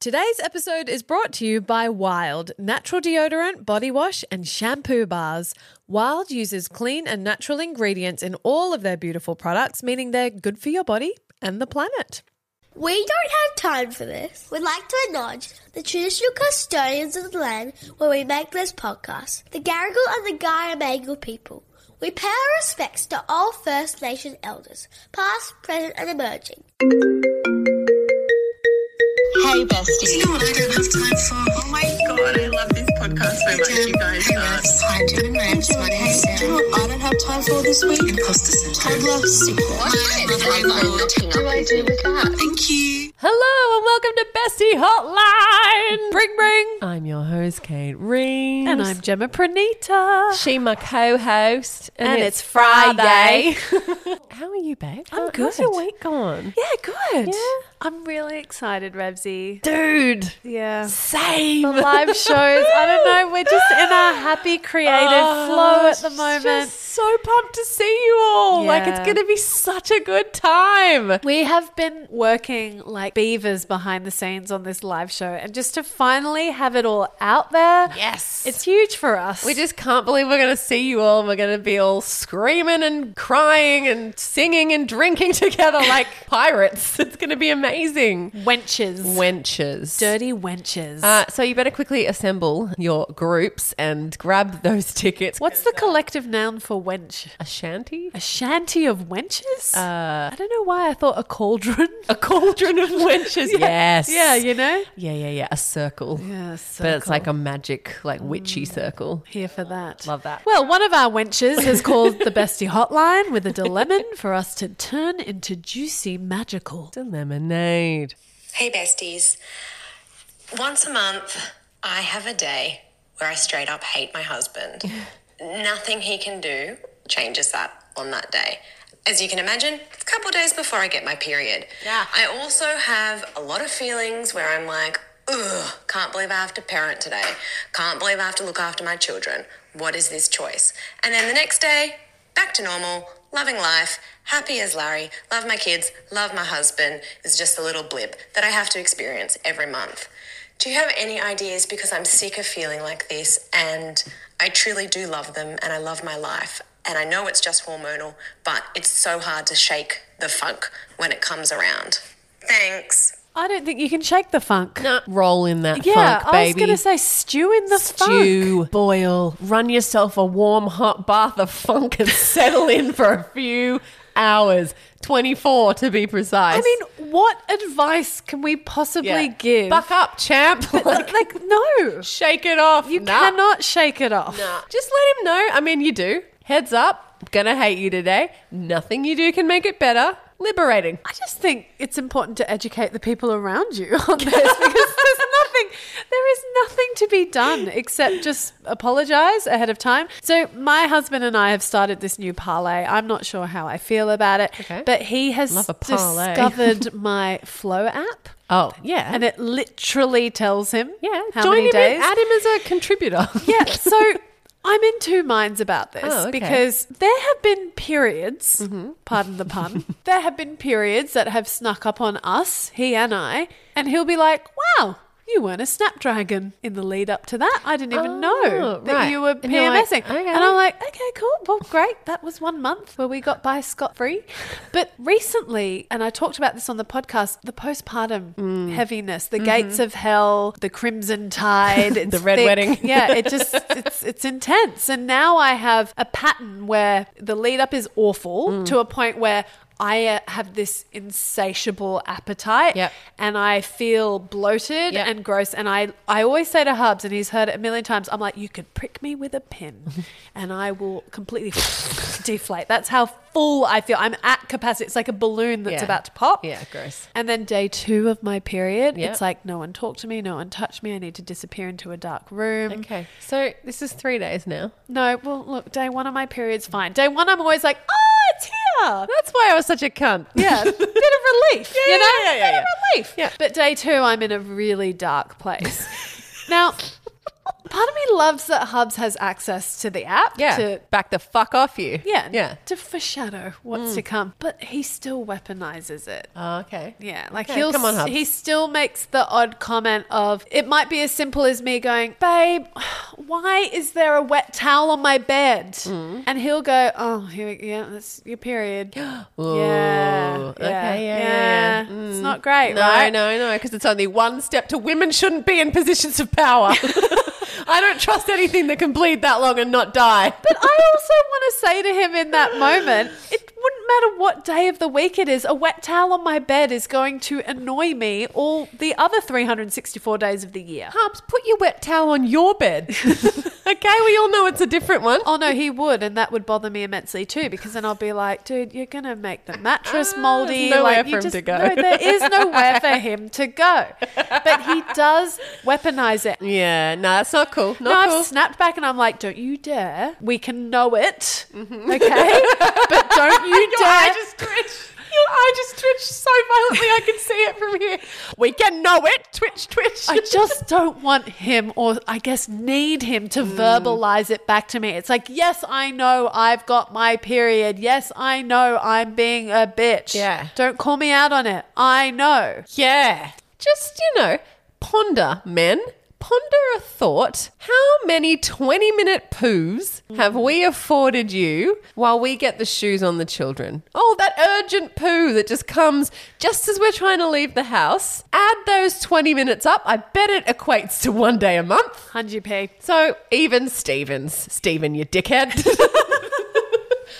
Today's episode is brought to you by Wild natural deodorant, body wash, and shampoo bars. Wild uses clean and natural ingredients in all of their beautiful products, meaning they're good for your body and the planet. We don't have time for this. We'd like to acknowledge the traditional custodians of the land where we make this podcast, the Garigal and the Guyamagal people. We pay our respects to all First Nation elders, past, present, and emerging. Hey, bestie. know what I don't have time for? Oh my god, I love this podcast so much, you guys. are Hi, Jim. My name's Maddie Sam. Do you know what I don't have time for this week? imposter syndrome. Toddler sickness. What do I do with that? Thank you. Hello and welcome to Bestie Hotline. Bring, bring. I'm your host, Kate Reeves. And I'm Gemma Pranita. she, my co-host, And it's Friday. How are you, babe? I'm How- How's your good. week gone? Yeah, good. I'm really excited, Rebsy. Dude, Yeah. same. The live shows, I don't know, we're just in a happy creative flow at the moment. Oh, Just so pumped to see you all. Like it's Yeah. going to be such a good time. We have been working like beavers behind the scenes on this live show, and just to finally have it all out there, Yes. it's huge for us. We just can't believe we're going to see you all. and We're going to be all screaming and crying and singing and drinking together like pirates. It's going to be amazing. wenches, wenches. dirty wenches. Uh, so you better quickly assemble your groups and grab those tickets. What's the collective noun for wench? a shanty? A shanty of wenches? Uh, I don't know why I thought a cauldron. A Cauldron of wenches. yes. Yeah, you know? Yeah, yeah, yeah. A circle. Yes. But it's like a magic, like witchy Mm. circle. Here for that. Love that. Well, one of our wenches has called the Bestie Hotline with a dilemma for us to turn into juicy magical. The lemonade. Hey, besties. Once a month, I have a day where I straight up hate my husband. Nothing he can do changes that on that day. As you can imagine, it's a couple days before I get my period. Yeah. I also have a lot of feelings where I'm like, ugh, can't believe I have to parent today. Can't believe I have to look after my children. What is this choice? And then the next day, back to normal, loving life, happy as Larry, love my kids, love my husband is just a little blip that I have to experience every month. Do you have any ideas? Because I'm sick of feeling like this and I truly do love them and I love my life. And I know it's just hormonal, but it's so hard to shake the funk when it comes around. Thanks. I don't think you can shake the funk. Nah, roll in that yeah, funk, I was baby. going to say stew in the funk. Stew, boil, run yourself a warm hot bath of funk and settle in for a few hours. 24 to be precise. I mean, what advice can we possibly Yeah. give? Buck up, champ. like, Like, no. shake it off. You Nah. cannot shake it off. Nah. Just let him know. I mean, you do. Heads up. Gonna hate you today. Nothing you do can make it better. Oh, Liberating. I just think it's important to educate the people around you on this because there's nothing, there is nothing to be done except just apologize ahead of time. So my husband and I have started this new parlay. I'm not sure how I feel about it, Okay. but he has Love a parlay. discovered my Flow app. Oh, yeah. And it literally tells him yeah. how Join many him days in. Add him as a contributor. yeah, so I'm in two minds about this Oh, okay. Mm-hmm. because there have been periods, pardon the pun, there have been periods that have snuck up on us, he and I, and he'll be like, wow. You weren't a snapdragon in the lead up to that. I didn't even Oh, know that right. you were And you're like, PMSing. okay. And I'm like, okay, cool. Well, great. That was one month where we got by scot free. But recently, and I talked about this on the podcast, the postpartum Mm. heaviness, the gates of hell, the crimson tide, it's Mm-hmm. The red wedding. yeah, it just it's it's intense. And now I have a pattern where the lead up is awful Mm. to a point where I uh, have this insatiable appetite Yep. and I feel bloated Yep. and gross. And I, I always say to Hubs, and he's heard it a million times, I'm like, you could prick me with a pin and I will completely deflate. That's how full I feel. I'm at capacity. It's like a balloon that's Yeah. about to pop. Yeah, gross. And then day two of my period, Yep. it's like, no one talked to me, no one touched me. I need to disappear into a dark room. Okay. So this is three days now. No, well, look, day one of my period's fine. Day one, I'm always like, oh, it's here. That's why I was such a cunt. Yeah, bit of relief, Yeah, you know? yeah, yeah, yeah, bit yeah. of relief. But day two, I'm in a really dark place. now, part part of me loves that Hubs has access to the app. Yeah. To, back the fuck off you. yeah. Yeah. Mm. To foreshadow what's to come. But he still weaponizes it. Oh, okay. Yeah, like Okay, he'll come on, s- Hubs. he still makes the odd comment of it might be as simple as me going, "Babe, why is there a wet towel on my bed?" Mm. And he'll go, "Oh, here, yeah, that's your period." yeah, yeah, okay, yeah, yeah, yeah. It's not great, No, right? no, no, because it's only one step to women shouldn't be in positions of power. I don't trust anything that can bleed that long and not die. But I also want to say to him in that moment, it wouldn't matter what day of the week it is, a wet towel on my bed is going to annoy me all the other 364 days of the year. Hubs, put your wet towel on your bed. okay, we all know it's a different one. Oh no, he would, and that would bother me immensely too, because then I'll be like, dude, you're gonna make the mattress moldy. Ah, There's nowhere like, you for him just- to go. No, there is nowhere for him to go. But he does weaponize it. Yeah, no, that's not cool. Not No, cool. I've snapped back and I'm like, don't you dare. We can know it, okay? but don't you Mm-hmm. Your eye dare. just twitched. Your eye just twitched so violently I can see it from here. We can know it. Twitch, twitch. I just don't want him, or I guess need him, Mm. to verbalize it back to me. It's like, yes, I know I've got my period. Yes, I know I'm being a bitch. Yeah. Don't call me out on it. I know. Yeah. Just, you know, ponder, men. Ponder a thought. How many 20 minute poos have we afforded you while we get the shoes on the children? Oh, that urgent poo that just comes just as we're trying to leave the house. Add those 20 minutes up. I bet it equates to one day a month. 100p. So, even Stevens. Steven, you dickhead. okay,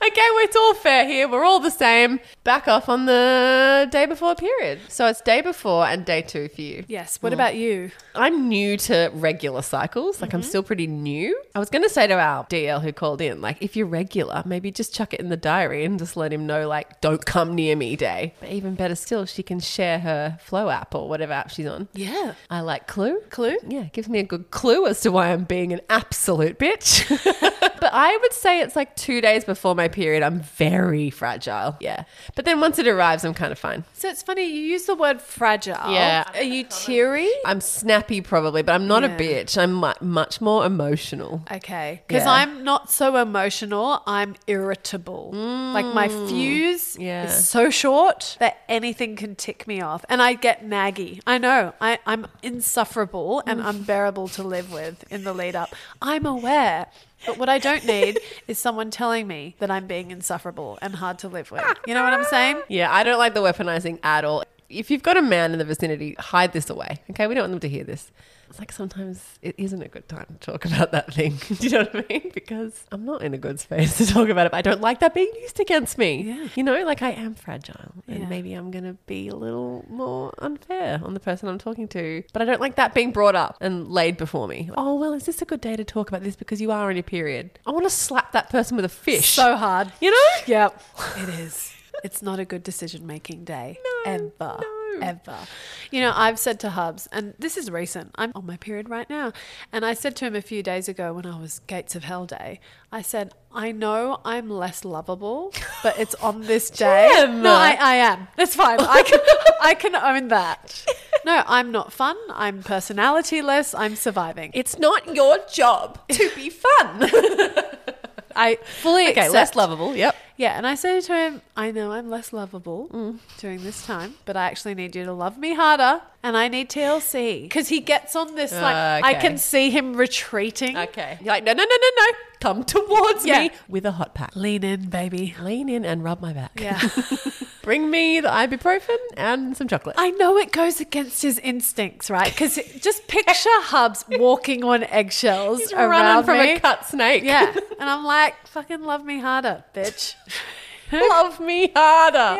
well, it's all fair here. We're all the same. Back off on the day before period. So, it's day before and day two for you. Mm. Yes. What about you? I'm new to regular cycles. Like, I'm Mm-hmm. still pretty new. I was going to say to our DL who called in, like, if you're regular, maybe just chuck it in the diary and just let him know, like, don't come near me day. But even better still, she can share her Flow app or whatever app she's on. Yeah. I like Clue. Clue? Yeah, it gives me a good clue as to why I'm being an absolute bitch. but I would say it's like two days before my period. I'm very fragile. Yeah. But then once it arrives, I'm kind of fine. So it's funny, you use the word fragile. Yeah. Are you teary? I'm snappy probably, but I'm not Yeah. a bitch. I'm mu- much more emotional. Okay. Because Yeah. I'm not so emotional, I'm irritable. Like my fuse Mm. yeah. is so short that anything can tick me off. And I get naggy. I know. I, I'm insufferable and Mm. unbearable to live with in the lead up. I'm aware. But what I don't need is someone telling me that I'm being insufferable and hard to live with. You know what I'm saying? Yeah, I don't like the weaponizing at all. If you've got a man in the vicinity, hide this away. Okay, we don't want them to hear this. It's like sometimes it isn't a good time to talk about that thing. Do you know what I mean? Because I'm not in a good space to talk about it. But I don't like that being used against me. Yeah. You know, like I am fragile and Yeah. maybe I'm going to be a little more unfair on the person I'm talking to. But I don't like that being brought up and laid before me. Oh, well, is this a good day to talk about this because you are in your period? I want to slap that person with a fish. So hard. you know? Yep. It is. It's not a good decision making day. Ever. Ever. You know, I've said to Hubs, and this is recent, I'm on my period right now. And I said to him a few days ago when I was Gates of Hell Day, I said, I know I'm less lovable, but it's on this day. Gem! No, I, I am. That's fine. I can, I can own that. No, I'm not fun. I'm personality less. I'm surviving. It's not your job to be fun. I fully Okay, accept less lovable. Yep. Yeah, and I say to him, I know I'm less lovable Mm. during this time, but I actually need you to love me harder and I need TLC. Because he gets on this, like, I Ah, Okay. can see him retreating. Okay. You're like, no, no, no, no, no. Come towards Yeah. me with a hot pack. Lean in, baby. Lean in and rub my back. Yeah. Bring me the ibuprofen and some chocolate. I know it goes against his instincts, right? Because just picture Hubs walking on eggshells He's around running from me. a cut snake. Yeah. And I'm like, fucking love me harder, bitch. Love me harder. Yeah,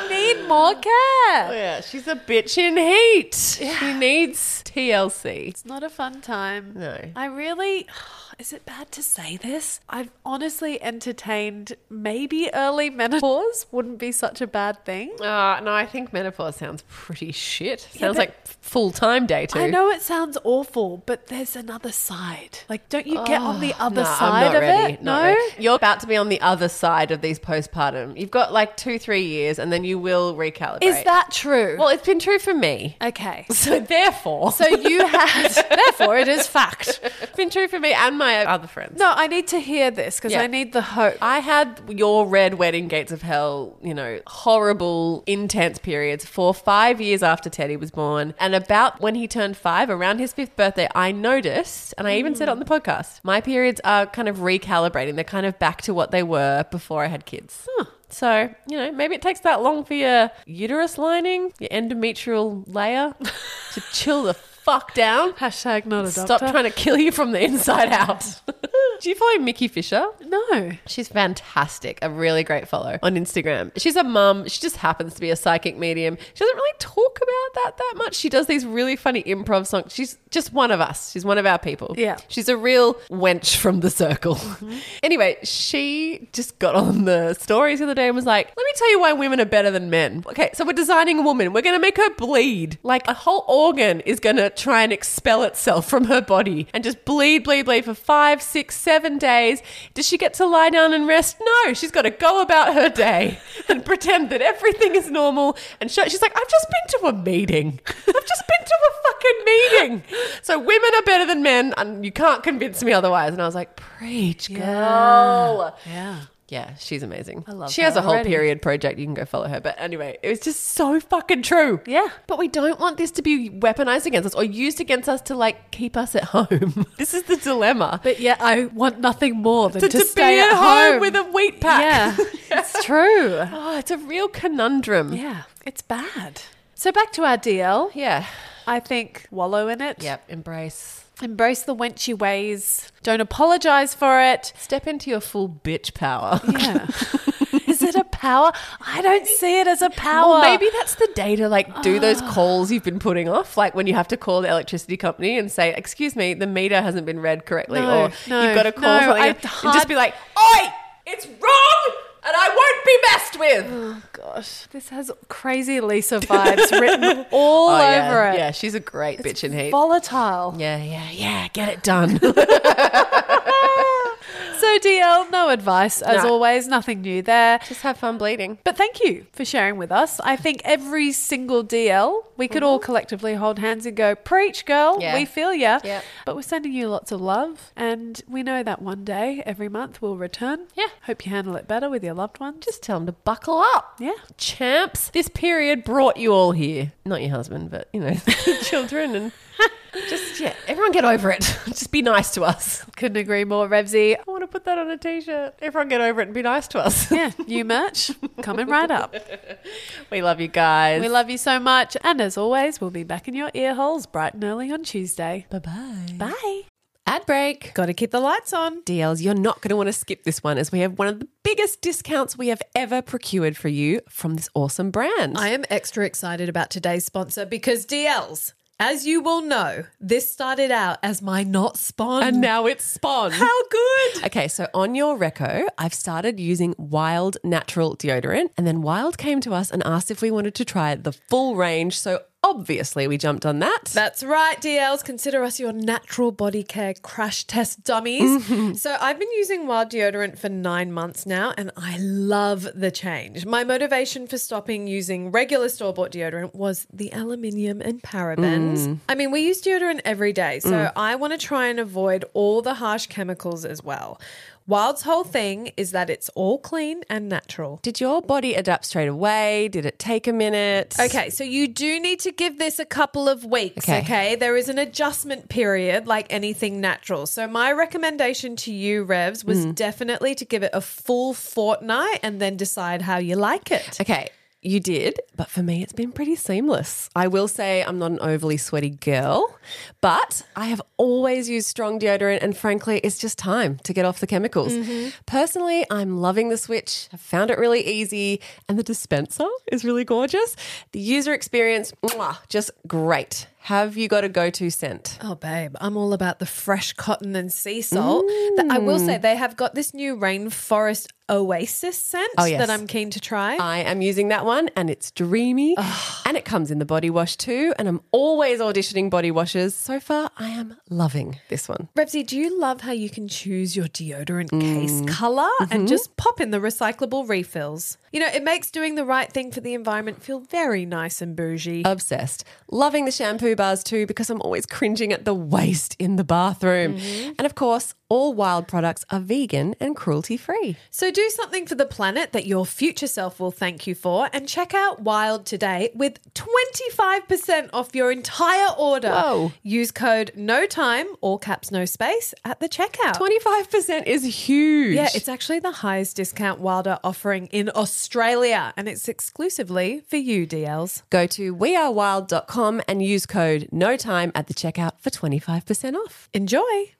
I need more care. Oh, Yeah, she's a bitch in heat. She needs TLC. It's not a fun time. No. I really. Is it bad to say this? I've honestly entertained maybe early menopause wouldn't be such a bad thing. Uh, no, I think menopause sounds pretty shit. but- Sounds like full time day two. I know it sounds awful, but there's another side. Like, don't you get on the other Ah, Nah, I'm side not of ready, it? not No. ready. You're about to be on the other side of these postpartum. You've got like two, three years, and then you will recalibrate. Is that true? Well, it's been true for me. okay. So therefore, So you had, therefore, it is fact. It's been true for me and my other friends. No, I need to hear this because Yeah. I need the hope. I had your red wedding gates of hell, you know, horrible, intense periods for five years after Teddy was born. And about when he turned five, around his fifth birthday, I noticed, and I even said it on the podcast, my periods are kind of recalibrating. They're kind of back to what they were before I had kids. So, you know, maybe it takes that long for your uterus lining, your endometrial layer to chill the fuck down. Hashtag not a Stop doctor. trying to kill you from the inside out. Do you follow Mickey Fisher? No. She's fantastic. A really great follow on Instagram. She's a mum. She just happens to be a psychic medium. She doesn't really talk about that that much. She does these really funny improv songs. She's just one of us. She's one of our people. Yeah. She's a real wench from the circle. anyway, she just got on the stories the other day and was like, let me tell you why women are better than men. Okay, so we're designing a woman. We're going to make her bleed. Like a whole organ is going to try and expel itself from her body and just bleed, bleed, bleed for five, six, seven days. Does she get to lie down and rest? No, she's got to go about her day and pretend that everything is normal. And show, she's like, I've just been to a meeting. I've just been to a fucking meeting. So women are better than men, and you can't convince me otherwise. And I was like, preach, girl. Yeah. Yeah, she's amazing. I love She her has a whole already. period project. You can go follow her. But anyway, it was just so fucking true. Yeah. But we don't want this to be weaponized against us or used against us to like keep us at home. this is the dilemma. But yeah, I want nothing more than to, to, to stay be at home. with a wheat Yeah. pack. it's true. oh, it's a real conundrum. Yeah. It's bad. So back to our DL. Yeah. I think wallow in it. Yep. Embrace. Embrace the wenchy ways. Don't apologize for it. Step into your full bitch power. Yeah. Is it a power? I don't see it as a power. Well, maybe that's the day to like Ah. do those calls you've been putting off, like when you have to call the electricity company and say, "Excuse me, the meter hasn't been read correctly," No, or no, you've got to call no, something I and hard- just be like, "Oi, it's wrong, and I won't be messed with." Oh, Gosh, this has crazy Lisa vibes written all Oh, over yeah. it. Yeah, she's a great bitch in heat. Volatile. yeah, yeah, yeah. Get it done. So, DL, no advice. As No. always, nothing new there. just have fun bleeding. But thank you for sharing with us. I think every single DL, we could all collectively hold hands and go, Preach, girl, Mm-hmm. Yeah. we feel ya. Yeah. But we're sending you lots of love. And we know that one day, every month, we'll return. Yeah. Hope you handle it better with your loved ones. Just tell them to buckle up. Yeah. champs. This period brought you all here. Not your husband, but you know, children and just yeah, everyone get over it. Just be nice to us. couldn't agree more, Revsy. I want to put that on a t-shirt. Everyone get over it and be nice to us. Yeah, new merch coming right up. We love you guys. We love you so much. And as always, we'll be back in your ear holes bright and early on Tuesday. Bye-bye. Bye. Ad break. Got to keep the lights on. DLs, you're not going to want to skip this one as we have one of the biggest discounts we have ever procured for you from this awesome brand. I am extra excited about today's sponsor because DLs, as you will know, this started out as my not spawn. and now it's Spawn. how good! Okay, so on your reco, I've started using Wild Natural deodorant, and then Wild came to us and asked if we wanted to try the full range. So obviously, we jumped on that. That's right, DLs. Consider us your natural body care crash test dummies. So, I've been using wild deodorant for nine months now, and I love the change. My motivation for stopping using regular store bought deodorant was the aluminium and parabens. I mean, we use deodorant every day, so I want to try and avoid all the harsh chemicals as well. Wild's whole thing is that it's all clean and natural. Did your body adapt straight away? Did it take a minute? Okay, so you do need to give this a couple of weeks, Okay. okay. There is an adjustment period like anything natural. So my recommendation to you, Revs, was Hmm. definitely to give it a full fortnight and then decide how you like it. Okay. You did, but for me, it's been pretty seamless. I will say I'm not an overly sweaty girl, but I have always used strong deodorant, and frankly, it's just time to get off the chemicals. Personally, I'm loving the switch. I've found it really easy, and the dispenser is really gorgeous. The user experience, mwah, just great. Have you got a go to scent? Oh, babe, I'm all about the fresh cotton and sea salt. Th- I Hmm. will say they have got this new rainforest oasis scent Oh, yes. that I'm keen to try. I am using that one and it's dreamy and it comes in the body wash too. And I'm always auditioning body washes. So far, I am loving this one. Revsy, do you love how you can choose your deodorant Mm. case color Mm-hmm. and just pop in the recyclable refills? You know, Oh. it makes doing the right thing for the environment feel very nice and bougie. Obsessed. Loving the shampoo shampoo bars too because I'm always cringing at the waste in the bathroom. Mm-hmm. And of course, all wild products are vegan and cruelty free. So do something for the planet that your future self will thank you for and check out Wild today with 25% off your entire order. Whoa. Use code no time all caps no space at the checkout. 25% is huge. yeah, it's actually the highest discount Wild are offering in Australia and it's exclusively for you DLs. Go to wearewild.com and use code no time at the checkout for 25% off. Enjoy.